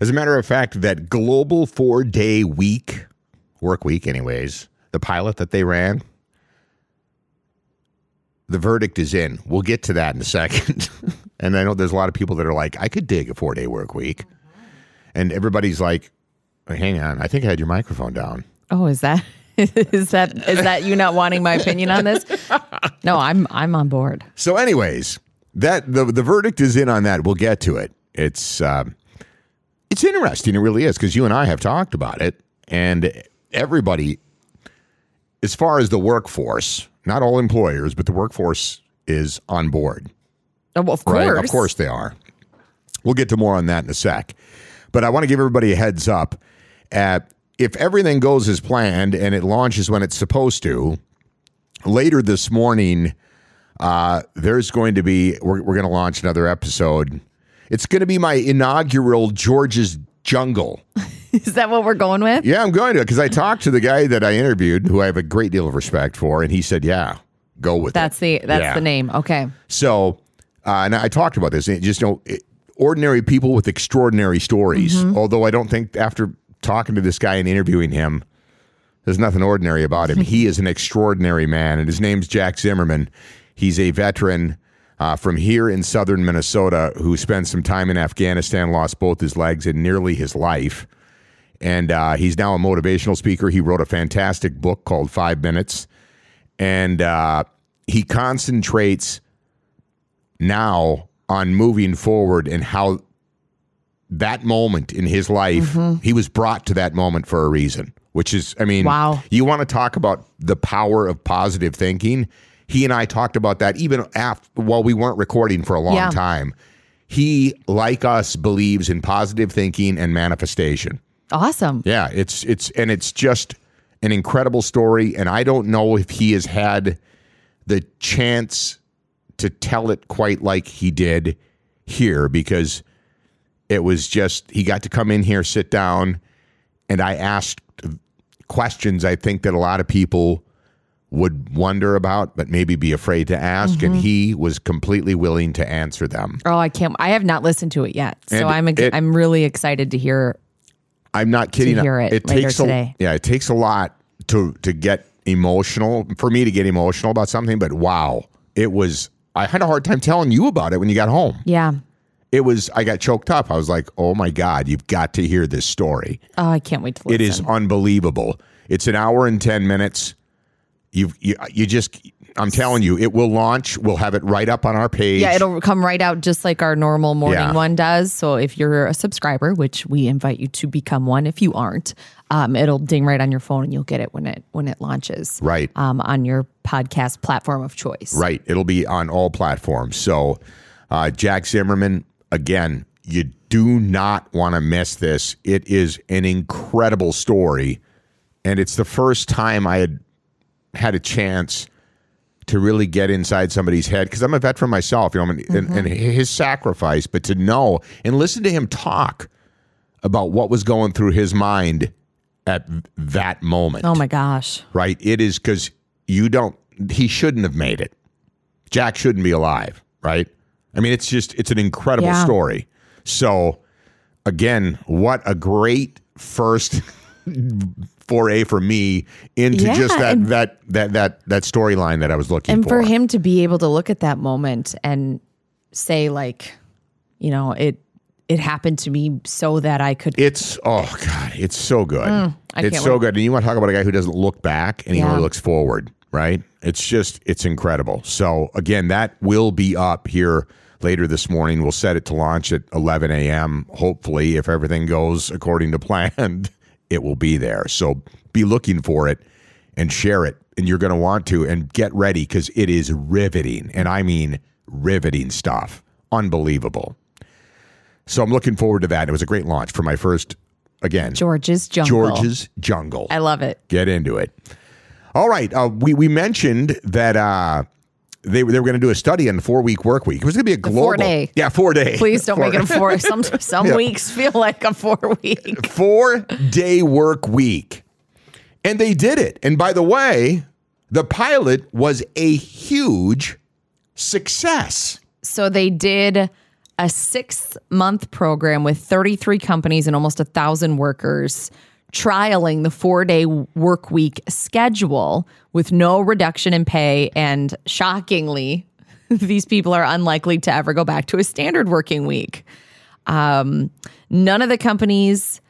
As a matter of fact, that global four day week, work week, anyways, the pilot that they ran, the verdict is in. We'll get to that in a second. and I know there's a lot of people that are like, I could dig a four day work week. And everybody's like, hang on, I think I had your microphone down. Oh, is that is that is that you not wanting my opinion on this? No, I'm I'm on board. So, anyways, that the the verdict is in on that. We'll get to it. It's um, it's interesting. It really is because you and I have talked about it, and everybody, as far as the workforce, not all employers, but the workforce is on board. Oh, well, of Right? Of course they are. We'll get to more on that in a sec. But I want to give everybody a heads up. Uh, if everything goes as planned and it launches when it's supposed to, later this morning, uh, there's going to be, we're, we're going to launch another episode. It's going to be my inaugural George's Jungle. Is that what we're going with? Yeah, I'm going to, because I talked to the guy that I interviewed, who I have a great deal of respect for, and he said, yeah, go with That's it. the that's Yeah. the name. Okay. So, uh, and I talked about this. It just you know, it, ordinary people with extraordinary stories. Although I don't think after talking to this guy and interviewing him, there's nothing ordinary about him. he is an extraordinary man, and his name's Jack Zimmerman. He's a veteran uh, from here in southern Minnesota who spent some time in Afghanistan, lost both his legs and nearly his life. And uh, he's now a motivational speaker. He wrote a fantastic book called Five Minutes. And uh, he concentrates now on moving forward and how that moment in his life, Mm-hmm. he was brought to that moment for a reason, which is, I mean, Wow. you want to talk about the power of positive thinking. He and I talked about that even after while we weren't recording for a long Yeah. time. He, like us, believes in positive thinking and manifestation. Awesome. Yeah, it's it's and it's just an incredible story, and I don't know if he has had the chance to tell it quite like he did here because it was just he got to come in here, sit down, and I asked questions I think that a lot of people would wonder about, but maybe be afraid to ask, and he was completely willing to answer them. Oh, I can't. I have not listened to it yet, so And I'm ex- it- I'm really excited to hear. I'm not kidding. hear it later takes today. a yeah, it takes a lot to to get emotional for me to get emotional about something. But wow, it was. I had a hard time telling you about it when you got home. Yeah. It was. I got choked up. I was like, "Oh my god, you've got to hear this story. Oh, I can't wait to listen. It is unbelievable. It's an hour and ten minutes. You've you you just. I'm telling you, it will launch. We'll have it right up on our page. Yeah, it'll come right out just like our normal morning Yeah. one does. So if you're a subscriber, which we invite you to become one, if you aren't, um, it'll ding right on your phone and you'll get it when it when it launches. Right. Um, on your podcast platform of choice. Right. It'll be on all platforms. So, uh, Jack Zimmerman, again, you do not want to miss this. It is an incredible story. And it's the first time I had had a chance to really get inside somebody's head because I'm a veteran myself, you know, and, Mm-hmm. and, and his sacrifice, but to know and listen to him talk about what was going through his mind at that moment Oh my gosh. right? It is because you don't, he shouldn't have made it. Jack shouldn't be alive, right? I mean, it's just, it's an incredible Yeah. story. So, again, what a great first foray for me into Yeah, just that, and- that, that, that, that storyline that I was looking And for him to be able to look at that moment and say like, you know, it it happened to me so that I could It's oh god, it's so good. Mm, I it's can't so wait. good. And you want to talk about a guy who doesn't look back and he Yeah. only looks forward, right? It's just it's incredible. So again, that will be up here later this morning. We'll set it to launch at 11 a.m. Hopefully, if everything goes according to plan, it will be there. So be looking for it and share it, and you're going to want to. And get ready because it is riveting, and I mean riveting stuff. Unbelievable. So I'm looking forward to that. It was a great launch for my first again. George's jungle. George's Jungle. I love it. Get into it. All right. Uh, we we mentioned that uh, they they were going to do a study on the four week work week. It was going to be a global. four-day. Yeah, four day. Please don't Four- make it a four. Some some weeks feel like a four week. four day work week. And they did it. And by the way, the pilot was a huge success. So they did a six month program with 33 companies and almost a thousand workers trialing the four day work week schedule with no reduction in pay. And shockingly, these people are unlikely to ever go back to a standard working week. Um, none of the companies,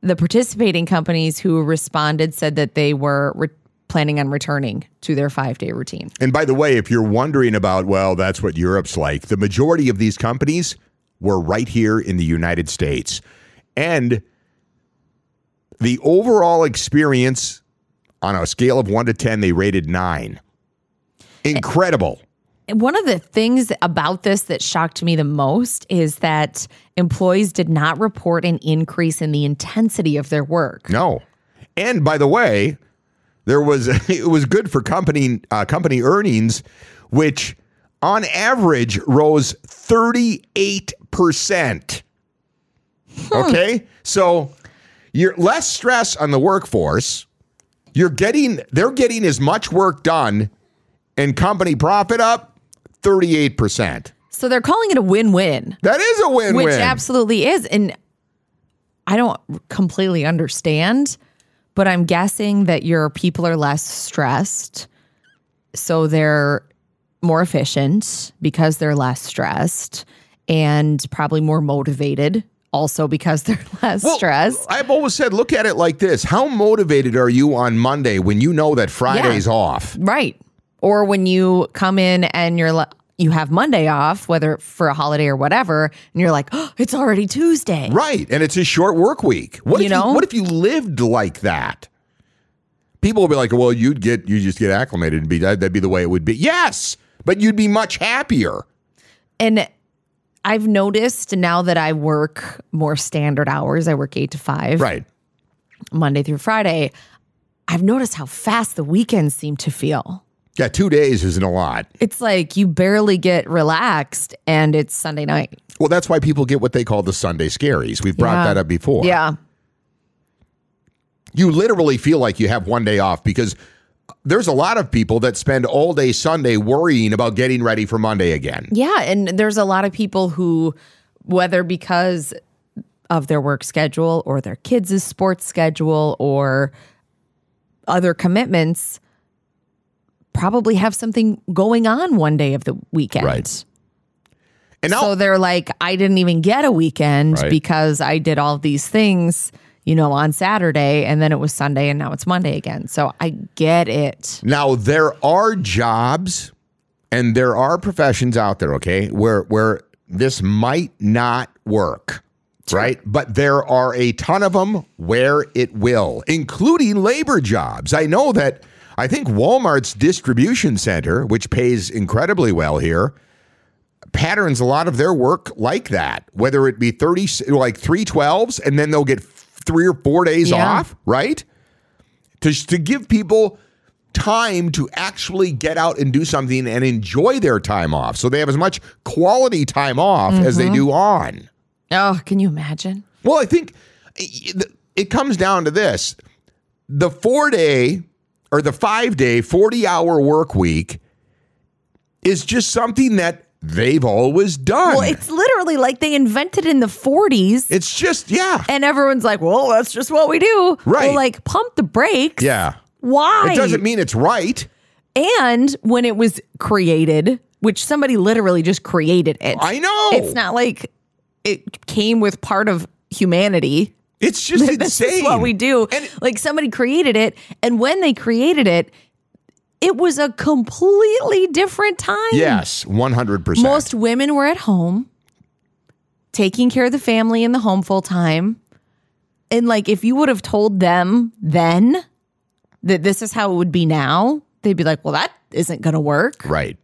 the participating companies who responded said that they were re- planning on returning to their five day routine. And by the way, if you're wondering about, well, that's what Europe's like, the majority of these companies were right here in the United States. And the overall experience on a scale of one to 10, they rated nine. Incredible. One of the things about this that shocked me the most is that employees did not report an increase in the intensity of their work. No. And by the way, there was it was good for company uh, company earnings, which on average rose thirty eight percent. Okay, so you're less stress on the workforce. You're getting they're getting as much work done, and company profit up thirty eight percent. So they're calling it a win win, That is a win which win. absolutely is. And I don't completely understand, but I'm guessing that your people are less stressed. So they're more efficient because they're less stressed and probably more motivated also because they're less Well, stressed. I've always said, look at it like this: How motivated are you on Monday when you know that Friday's off? Right. Or when you come in and you're like, you have Monday off, whether for a holiday or whatever, and you're like, oh, it's already Tuesday. Right. And it's a short work week. What You if know? you, what if you lived like that? People will be like, "Well, you'd get you just get acclimated and be that, that'd be the way it would be." Yes, but you'd be much happier. And I've noticed now that I work more standard hours, I work eight to five, Right. Monday through Friday. I've noticed how fast the weekends seem to feel. Yeah, 2 days isn't a lot. It's like you barely get relaxed and it's Sunday night. Well, that's why people get what they call the Sunday scaries. We've brought Yeah. that up before. Yeah. You literally feel like you have one day off because there's a lot of people that spend all day Sunday worrying about getting ready for Monday again. Yeah, and there's a lot of people who, whether because of their work schedule or their kids' sports schedule or other commitments, probably have something going on one day of the weekend. Right. And now So they're like, I didn't even get a weekend Right. because I did all these things, you know, on Saturday and then it was Sunday and now it's Monday again. So I get it. Now there are jobs and there are professions out there, okay, where where this might not work. Right? But there are a ton of them where it will, including labor jobs. I know that I think Walmart's distribution center, which pays incredibly well here, patterns a lot of their work like that, whether it be 30 like 312s and then they'll get 3 or 4 days Yeah. off, right? to, to give people time to actually get out and do something and enjoy their time off. So they have as much quality time off as Mm-hmm. they do on. Oh, can you imagine? Well, I think it, it comes down to this the four day or the five day, 40 hour work week is just something that they've always done. Well, it's literally like they invented in the 40s it's just, yeah. and everyone's like, "Well, that's just what we do." Right. Well, like pump the brakes. Yeah. Why? It doesn't mean it's right. and when it was created, which somebody literally just created it. I know. It's not like it came with part of humanity. It's just That's insane. what we do. And- like somebody created it, and when they created it, it was a completely different time. Yes, 100%. Most women were at home taking care of the family in the home full time. And like if you would have told them then that this is how it would be now, they'd be like, "Well, that isn't going to work." right.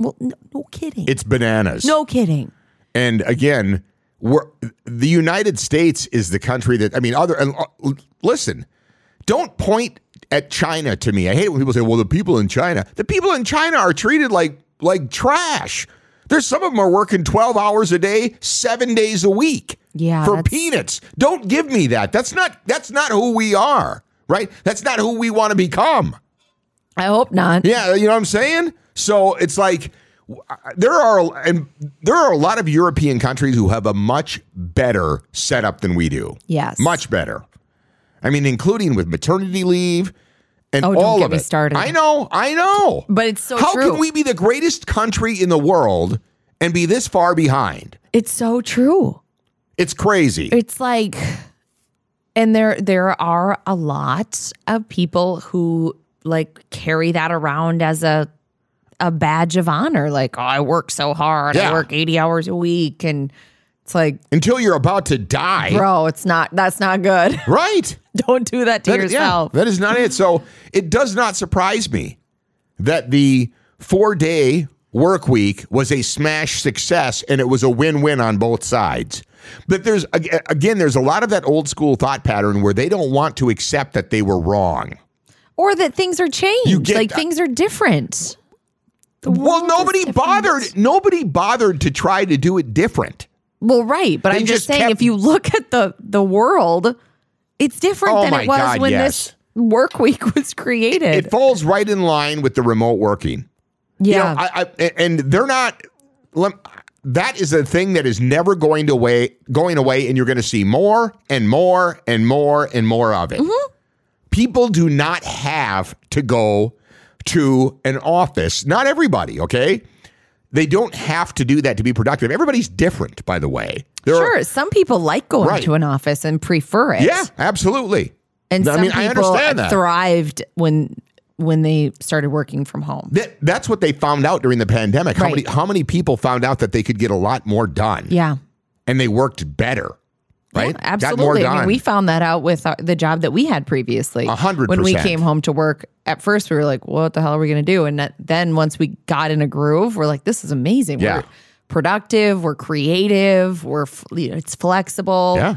Well, no, no kidding. It's bananas. no kidding. And again, we're, the United States is the country that I mean. Other and uh, l- listen, don't point at China to me. I hate it when people say, "Well, the people in China." The people in China are treated like like trash. There's some of them are working twelve hours a day, seven days a week. Yeah, for that's- peanuts. Don't give me that. That's not that's not who we are. Right? That's not who we want to become. I hope not. Yeah, you know what I'm saying? So it's like w- I- there are and there are a lot of European countries who have a much better setup than we do. Yes. Much better. I mean, including with maternity leave and Oh, don't all get of me it. started. I know, I know. But it's so How true. can we be the greatest country in the world and be this far behind? It's so true. It's crazy. It's like and there there are a lot of people who like carry that around as a a badge of honor like oh, I work so hard. Yeah. I work 80 hours a week and it's like Until you're about to die. bro, it's not that's not good. Right. Don't do that to That- yeah, yourself. that is not it. So it does not surprise me that the four day work week was a smash success and it was a win win on both sides. But there's ag- again, there's a lot of that old school thought pattern where they don't want to accept that they were wrong. Or that things are changed. get like that- things are different. The Well, world is nobody different. bothered. Nobody bothered to try to do it different. Well, right, but I'm just just saying, kept- if you look at the the world, it's different Oh than my it was God, when yes. this work week was created. It falls right in line with the remote working. You know, yeah, I, I, and they're not. lem- That is a thing that is never going to away, going away, and you're going to see more and more and more and more of it. Mm-hmm. People do not have to go to an office. Not everybody, okay? They don't have to do that to be productive. Everybody's different, by the way. There are- sure. Some people like going Right. to an office and prefer it. yeah, absolutely. and I some mean, I people understand that. thrived when when they started working from home. That, that's what they found out during the pandemic. How Right. many how many people found out that they could get a lot more done? Yeah, and they worked better, right? Yeah, Got more absolutely. done. I mean, we found that out with our, the job that we had previously. A hundred When we percent. came home to work, at first we were like, "What the hell are we going to do?" And that, then once we got in a groove, we're like, "This is amazing. Yeah. We're productive. We're creative. We're f- you know, it's flexible." Yeah.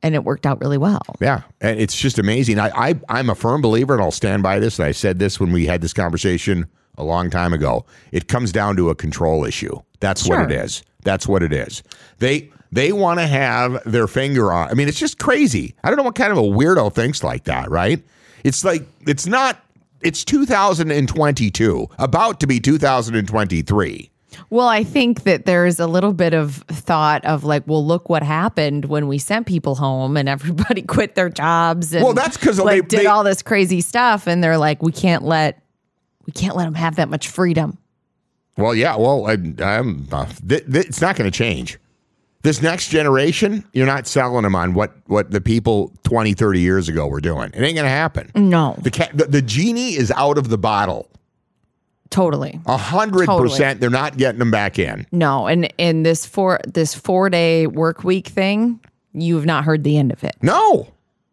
And it worked out really well. yeah, and it's just amazing. I, I I'm a firm believer, and I'll stand by this. And I said this when we had this conversation a long time ago. It comes down to a control issue. That's what it Sure. is. That's what it is. They they want to have their finger on. I mean, it's just crazy. I don't know what kind of a weirdo thinks like that, right? It's like it's not. It's 2022, about to be 2023. Well, I think that there's a little bit of thought of like, well, look what happened when we sent people home and everybody quit their jobs and Well, that's 'cause like, they- did they- all this crazy stuff, and they're like, we can't let we can't let them have that much freedom. Well, yeah. Well, I, I'm. Uh, th- th- it's not going to change. This next generation, you're not selling them on what what the people 20, 30 years ago were doing. It ain't going to happen. No, The, ca- the the genie is out of the bottle. totally. A hundred Totally. percent. They're not getting them back in. No, and and this four this four day work week thing, you've not heard the end of it. No.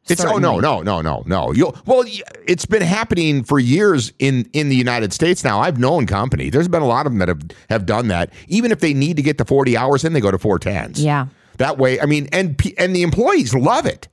It's oh Certainly. no no no no no. You well, y- it's been happening for years in in the United States now. I've known company. There's been a lot of them that have have done that. Even if they need to get to 40 hours, then they go to four tens. Yeah. That way, I mean, and p- and the employees love it.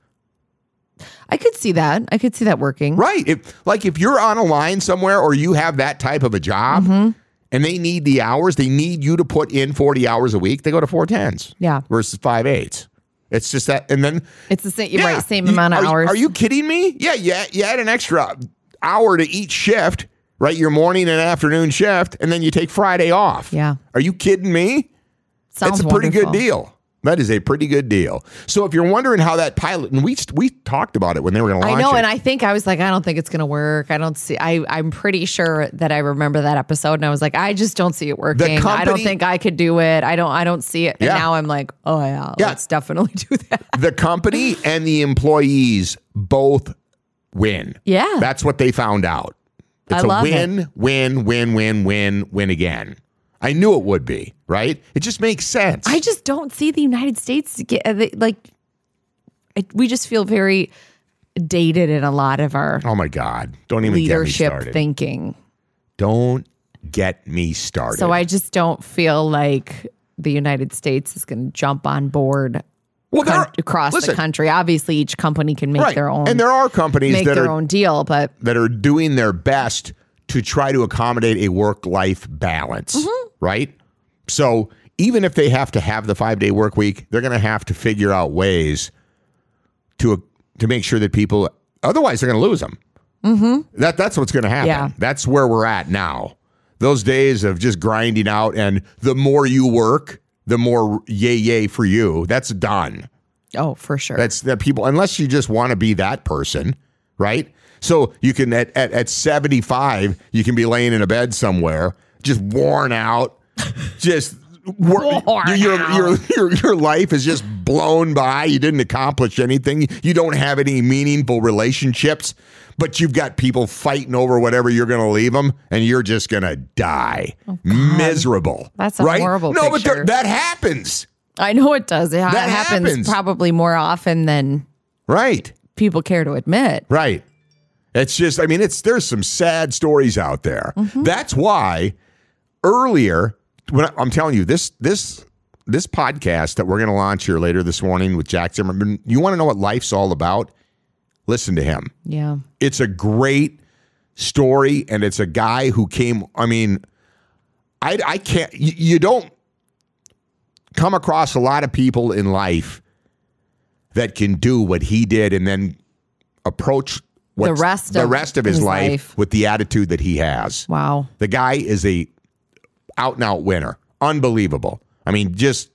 I could see that. I could see that working. Right. If like if you're on a line somewhere or you have that type of a job Mm-hmm. and they need the hours, they need you to put in 40 hours a week, they go to 410s. Yeah. Versus 58s. It's just that and then It's the same you're yeah, right, same you- amount of are, hours. Are you kidding me? Yeah, yeah, you add an extra hour to each shift, right? Your morning and afternoon shift and then you take Friday off. Yeah. Are you kidding me? Sounds That's a pretty wonderful. good deal. That is a pretty good deal. So if you're wondering how that pilot and we we talked about it when they were going to launch I know, it. and I think I was like, I don't think it's gonna work. I don't see I I'm pretty sure that I remember that episode and I was like, I just don't see it working. I don't company- think I could do it. I don't I don't see it. And Yeah. now I'm like, oh yeah, Yeah. let's definitely do that. the company and the employees both win. Yeah. That's what they found out. It's a love it. win, win, win, win, win, win again. I knew it would be, right? It just makes sense. I just don't see the United States get uh, the- like. It, we just feel very dated in a lot of our oh my God. Don't even get me leadership started. thinking. Don't get me started. So I just don't feel like the United States is going to jump on board Well, there con- are- across the listen. country. Obviously, each company can make right. their own and there are companies make that their are own deal, but that are doing their best to try to accommodate a work life balance, right? So even if they have to have the five day work week, they're going to have to figure out ways to to make sure that people. Otherwise, they're going to lose them. Mm-hmm. That that's what's going to happen. Yeah. That's where we're at now. Those days of just grinding out, and the more you work, the more yay yay for you. That's done. oh, for sure. That's that people, unless you just want to be that person, right? So you can at, at, at 75, you can be laying in a bed somewhere, just worn out, just wor- Worn your, your, out. your, your, your life is just blown by. You didn't accomplish anything. You don't have any meaningful relationships, but you've got people fighting over whatever you're going to leave them, and you're just going to die miserable. Oh, That's a right? horrible No, but picture. there- that happens, I know it does. It ha- That happens, happens. probably more often than right? people care to admit. Right. It's just, I mean, it's there's some sad stories out there. That's why earlier, when I, I'm telling you this this this podcast that we're going to launch here later this morning with Jack Zimmerman, you want to know what life's all about? Listen to him. Yeah. It's a great story, and it's a guy who came. I mean, I I can't. You, you don't come across a lot of people in life that can do what he did, and then approach what's- rest the of rest of his, his life, life. with the attitude that he has. Wow. The guy is a out and out winner. Unbelievable. I mean, just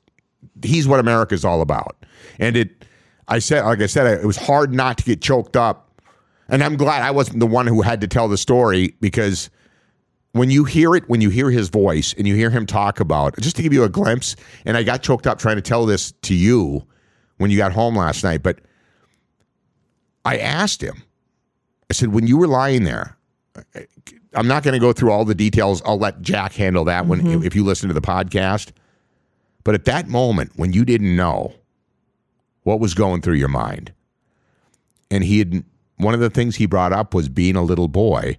he's what America's all about. And it, I said, like I said, it was hard not to get choked up. And I'm glad I wasn't the one who had to tell the story because when you hear it, when you hear his voice and you hear him talk about, just to give you a glimpse, and I got choked up trying to tell this to you when you got home last night, but I asked him, I said, when you were lying there, I'm not going to go through all the details. I'll let Jack handle that one Mm-hmm. if- if you listen to the podcast. But at that moment, when you didn't know what was going through your mind, and he had one of the things he brought up was being a little boy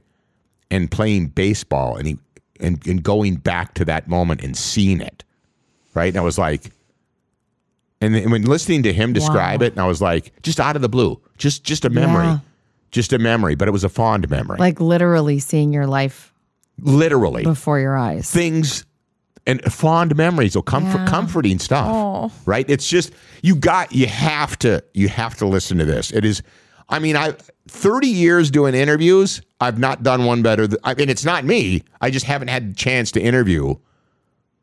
and playing baseball, and he and, and going back to that moment and seeing it, right? And I was like, and then when listening to him describe Wow. it, and I was like, just out of the blue, just just a memory, Yeah. just a memory, but it was a fond memory, Like literally seeing your life literally before your eyes. things and fond memories or comfort, Yeah. comforting stuff Oh. right it's just you got you have to you have to listen to this it is i mean i 30 years doing interviews i've not done one better th- i mean it's not me i just haven't had the chance to interview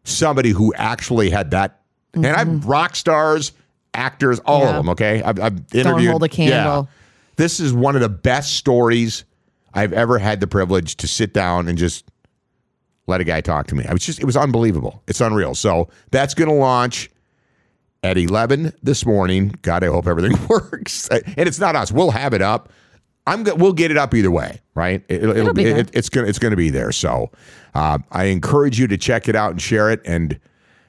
somebody who actually had that and i've rock stars actors all of Mm-hmm. Yeah. them okay i've, I've interviewed hold a candle. this is one of the best stories i've ever had the privilege to sit down and just let a guy talk to me. I was just, it was unbelievable. It's unreal. So that's going to launch at 11 this morning. God, I hope everything works. And it's not us. We'll have it up. I'm go- we'll get it up either way, right? It, will be there. it's gonna it's gonna be there. So uh, I encourage you to check it out and share it and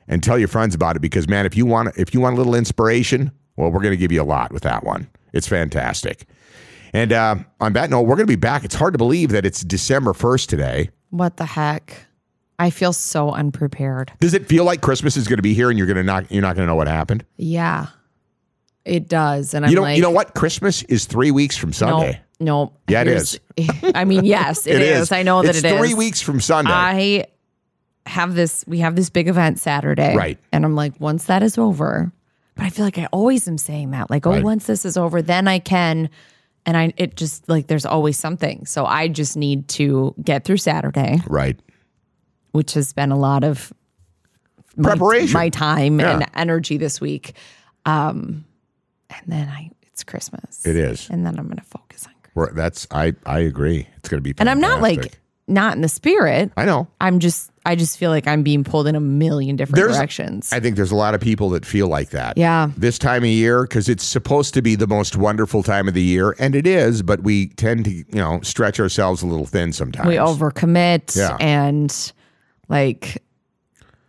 and tell your friends about it because man, if you want if you want a little inspiration, well, we're gonna give you a lot with that one. It's fantastic. And uh, on that note, we're gonna be back. It's hard to believe that it's December first today. What the heck? I feel so unprepared. Does it feel like Christmas is going to be here and you're going to not you're not going to know what happened? Yeah. It does. And I'm You don't. like, you know what? Christmas is three weeks from Sunday. No, no. Yeah, it Here's- I mean, yes, It is. I know that it's it is. Three weeks from Sunday. I have this, we have this big event Saturday. Right. And I'm like, once that is over, but I feel like I always am saying that. Like, oh, Right. once this is over, then I can. And I, it just like, there's always something. So I just need to get through Saturday, right. which has been a lot of my- Preparation. my, time Yeah. and energy this week. Um, and then I, it's Christmas. It is. And then I'm going to focus on Christmas. We're- that's. I. I agree. It's going to be. And I'm not like, fantastic. not in the spirit. I know. I'm just I just feel like I'm being pulled in a million different There's- directions. I think there's a lot of people that feel like that. Yeah. This time of year, because it's supposed to be the most wonderful time of the year, and it is, but we tend to, you know, stretch ourselves a little thin sometimes. we overcommit Yeah. and like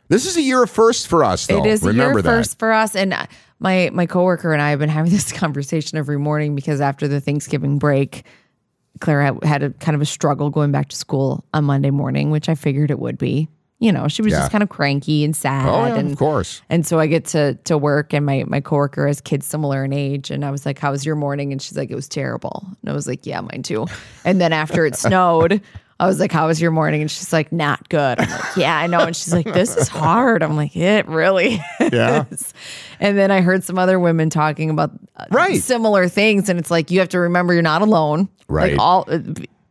this is a year of firsts for us, though. it is a Remember year that. first for us. And my my coworker and I have been having this conversation every morning because after the Thanksgiving break, Claire had, had a kind of a struggle going back to school on Monday morning, which I figured it would be. you know, she was Yeah. just kind of cranky and sad. Oh, yeah, and of course. And so I get to to work, and my my coworker has kids similar in age, and I was like, "How was your morning?" And she's like, "It was terrible." And I was like, "Yeah, mine too." And then after it snowed, I was like, "How was your morning?" And she's like, "Not good." I'm like, "Yeah, I know." And she's like, "This is hard." I'm like, "It really Yeah. is." And then I heard some other women talking about uh, Right. similar things, and it's like you have to remember you're not alone. Right. Like all uh,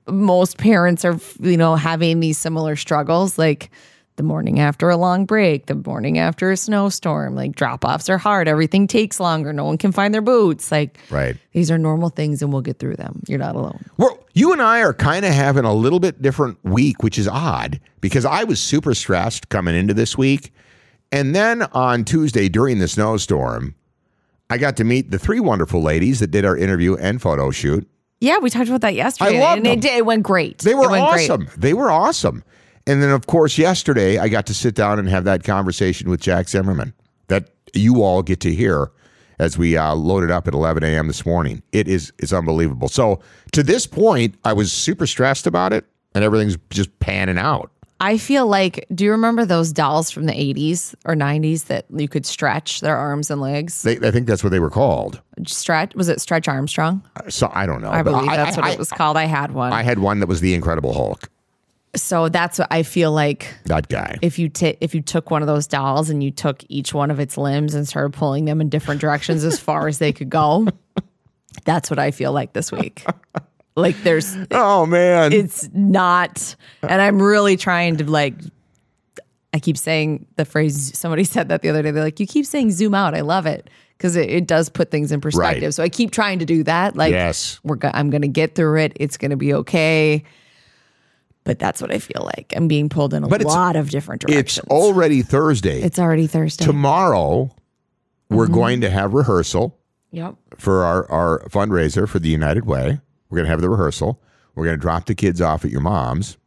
most parents are you know having these similar struggles like the morning after a long break, the morning after a snowstorm, like drop offs are hard, everything takes longer, no one can find their boots. Like Right. these are normal things and we'll get through them. You're not alone. Well, you and I are kind of having a little bit different week, which is odd because I was super stressed coming into this week. And then on Tuesday during the snowstorm, I got to meet the three wonderful ladies that did our interview and photo shoot. Yeah, we talked about that yesterday. loved and it them. did- it went great. They It were went great. awesome. They were awesome. And then, of course, yesterday I got to sit down and have that conversation with Jack Zimmerman that you all get to hear as we uh, loaded up at 11 a.m. this morning. It is it's unbelievable. So to this point, I was super stressed about it, and everything's just panning out. I feel like, do you remember those dolls from the 80s or 90s that you could stretch their arms and legs? They, I think that's what they were called. Stretch, was it Stretch Armstrong? So I don't know. I believe that's what I, it was called. I had one. I had one that was the Incredible Hulk. so that's what I feel like That guy. if you t- if you took one of those dolls and you took each one of its limbs and started pulling them in different directions as far as they could go. That's what I feel like this week. Like there's oh man. it's not and I'm really trying to like I keep saying the phrase somebody said that the other day they're like you keep saying zoom out. I love it because it, it does put things in perspective. So I keep trying to do that like Yes. we're go- I'm going to get through it. It's going to be okay. But that's what I feel like. I'm being pulled in a But it's- lot of different it's directions. already Thursday. It's Mm-hmm. already Thursday. Tomorrow we're going to have rehearsal. yep. for our, our fundraiser for the United Way. We're going to have the rehearsal. We're going to drop the kids off at your mom's.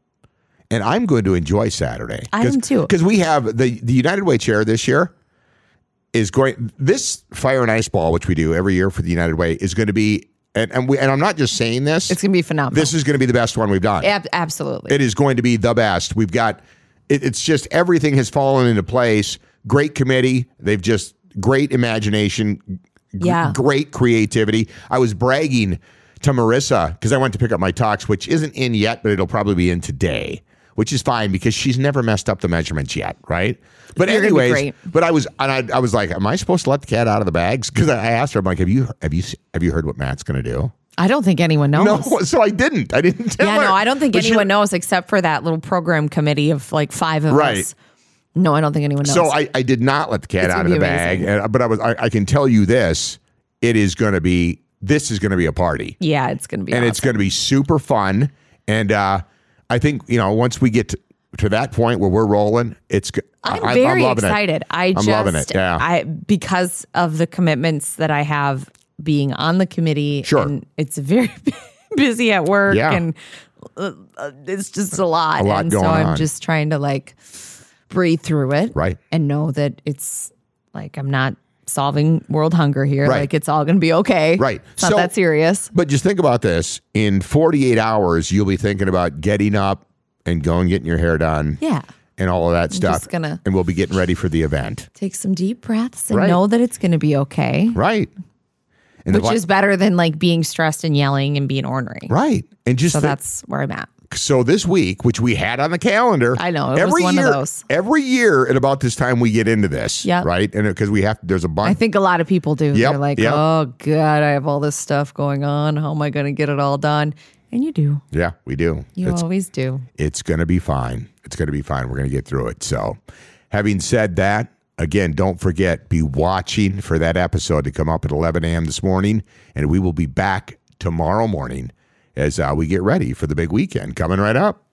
And I'm going to enjoy Saturday. I am too. Because we have the, the United Way chair this year is going, this fire and ice ball, which we do every year for the United Way, is going to be, and, and, we, and I'm not just saying this, It's going to be phenomenal. this is going to be the best one we've done. Ab- absolutely. It is going to be the best. We've got it, it's just everything has fallen into place. Great committee. They've just great imagination. gr- Yeah. Great creativity. I was bragging to Marissa because I went to pick up my talks, which isn't in yet, but it'll probably be in today, which is fine because she's never messed up the measurements yet, right? But You're gonna be anyways, great. but I was and I, I was like, am I supposed to let the cat out of the bags? Because I I asked her, I'm like, have you have you have you heard what Matt's going to do? I don't think anyone knows. No, so I didn't. I didn't tell yeah, her. no, I don't think But she- anyone knows except for that little program committee of like five of Right. us. No, I don't think anyone knows. So I, I did not let the cat It's out of gonna the be bag, and, uh, but I was I, I can tell you this: it is going to be this is going to be a party, yeah, it's going to be. and it's going to be super fun. And uh, I think you know once we get to, to that point where we're rolling, it's g- I- I'm I- very loving it. excited. I I'm just, loving it, yeah. I because of the commitments that I have being on the committee. Sure. and it's very busy at work, Yeah. and uh, uh, it's just a lot. A lot and going so I'm on. just trying to like breathe through it, Right. and know that it's like I'm not solving world hunger here. Right. Like it's all going to be okay. Right. It's not So- that serious. But just think about this: in 48 hours, you'll be thinking about getting up and going getting your hair done, Yeah. and all of that stuff. just gonna- and we'll be getting ready for the event, Take some deep breaths and Right. know that it's going to be okay, right? And the which vi- is better than like being stressed and yelling and being ornery. right, and just So thi- that's where I'm at. so this week, which we had on the calendar, I know, it was one of year, those. Every year at about this time, we get into this, Yep. right? And because we have, there's a I bunch. think a lot of people do. Yep, They're like, yep. oh God, I have all this stuff going on. How am I going to get it all done? And you do. yeah, we do. You It's always do. it's gonna be fine. It's gonna be fine. We're gonna get through it. So, having said that, again, don't forget be watching for that episode to come up at 11 a.m. this morning, and we will be back tomorrow morning as uh, we get ready for the big weekend coming right up.